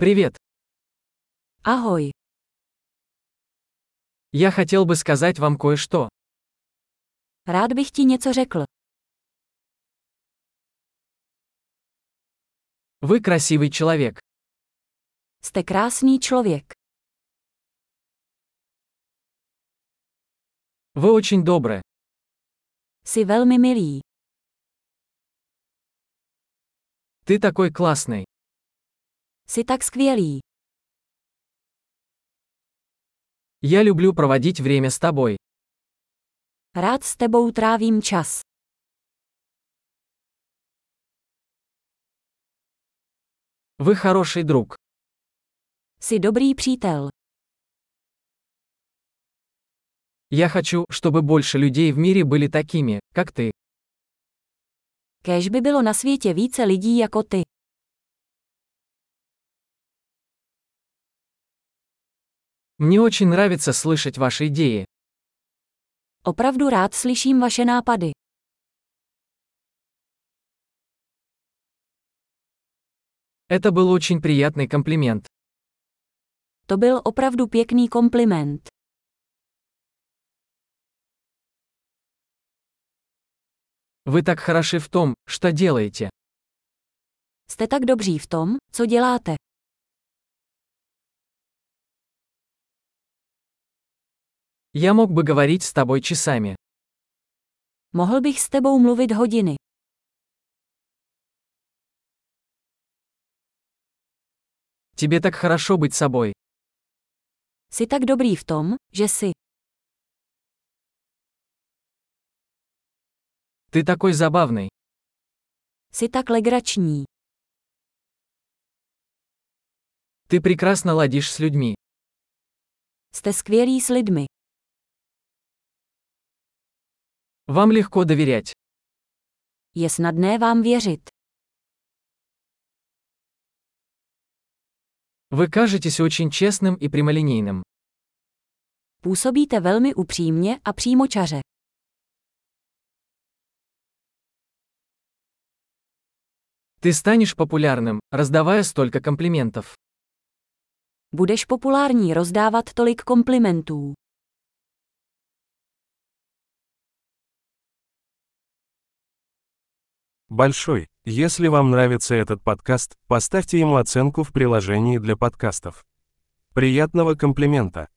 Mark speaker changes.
Speaker 1: Привет.
Speaker 2: Ahoj,
Speaker 1: Я хотел бы сказать вам кое-что.
Speaker 2: rád bych ti něco řekl.
Speaker 1: Вы красивый человек.
Speaker 2: Jste krásný člověk.
Speaker 1: Вы очень добры.
Speaker 2: Jsi velmi milý.
Speaker 1: Ты такой классный.
Speaker 2: Jsi tak skvělý.
Speaker 1: Я люблю проводить время с тобой.
Speaker 2: Rád s tebou trávím čas.
Speaker 1: Вы хороший друг.
Speaker 2: Jsi dobrý přítel.
Speaker 1: Я хочу, чтобы больше людей в мире были такими, как ты.
Speaker 2: Kéž by bylo na světě více lidí jako ty.
Speaker 1: Мне очень нравится слышать ваши идеи.
Speaker 2: Opravdu rád slyším vaše nápady.
Speaker 1: Это был очень приятный комплимент.
Speaker 2: To byl opravdu pěkný kompliment.
Speaker 1: Вы так хороши в том, что делаете.
Speaker 2: Jste tak dobří v tom, co děláte.
Speaker 1: Я мог бы говорить с тобой часами.
Speaker 2: Mohl bych s tebou mluvit hodiny.
Speaker 1: Тебе так хорошо быть собой.
Speaker 2: Jsi tak dobrý v tom, že jsi.
Speaker 1: Ты такой забавный.
Speaker 2: Jsi tak legrační.
Speaker 1: Ты прекрасно ладишь с людьми.
Speaker 2: Jste skvělí s lidmi.
Speaker 1: Вам легко доверять.
Speaker 2: Je snadné vám věřit.
Speaker 1: Вы кажетесь очень честным и прямолинейным.
Speaker 2: Působíte velmi upřímně a přímočaře.
Speaker 1: Ты станешь популярным, раздавая столько комплиментов.
Speaker 2: Budeš populární rozdávat tolik komplimentů.
Speaker 3: Большой. Если вам нравится этот подкаст, поставьте ему оценку в приложении для подкастов. Приятного комплимента!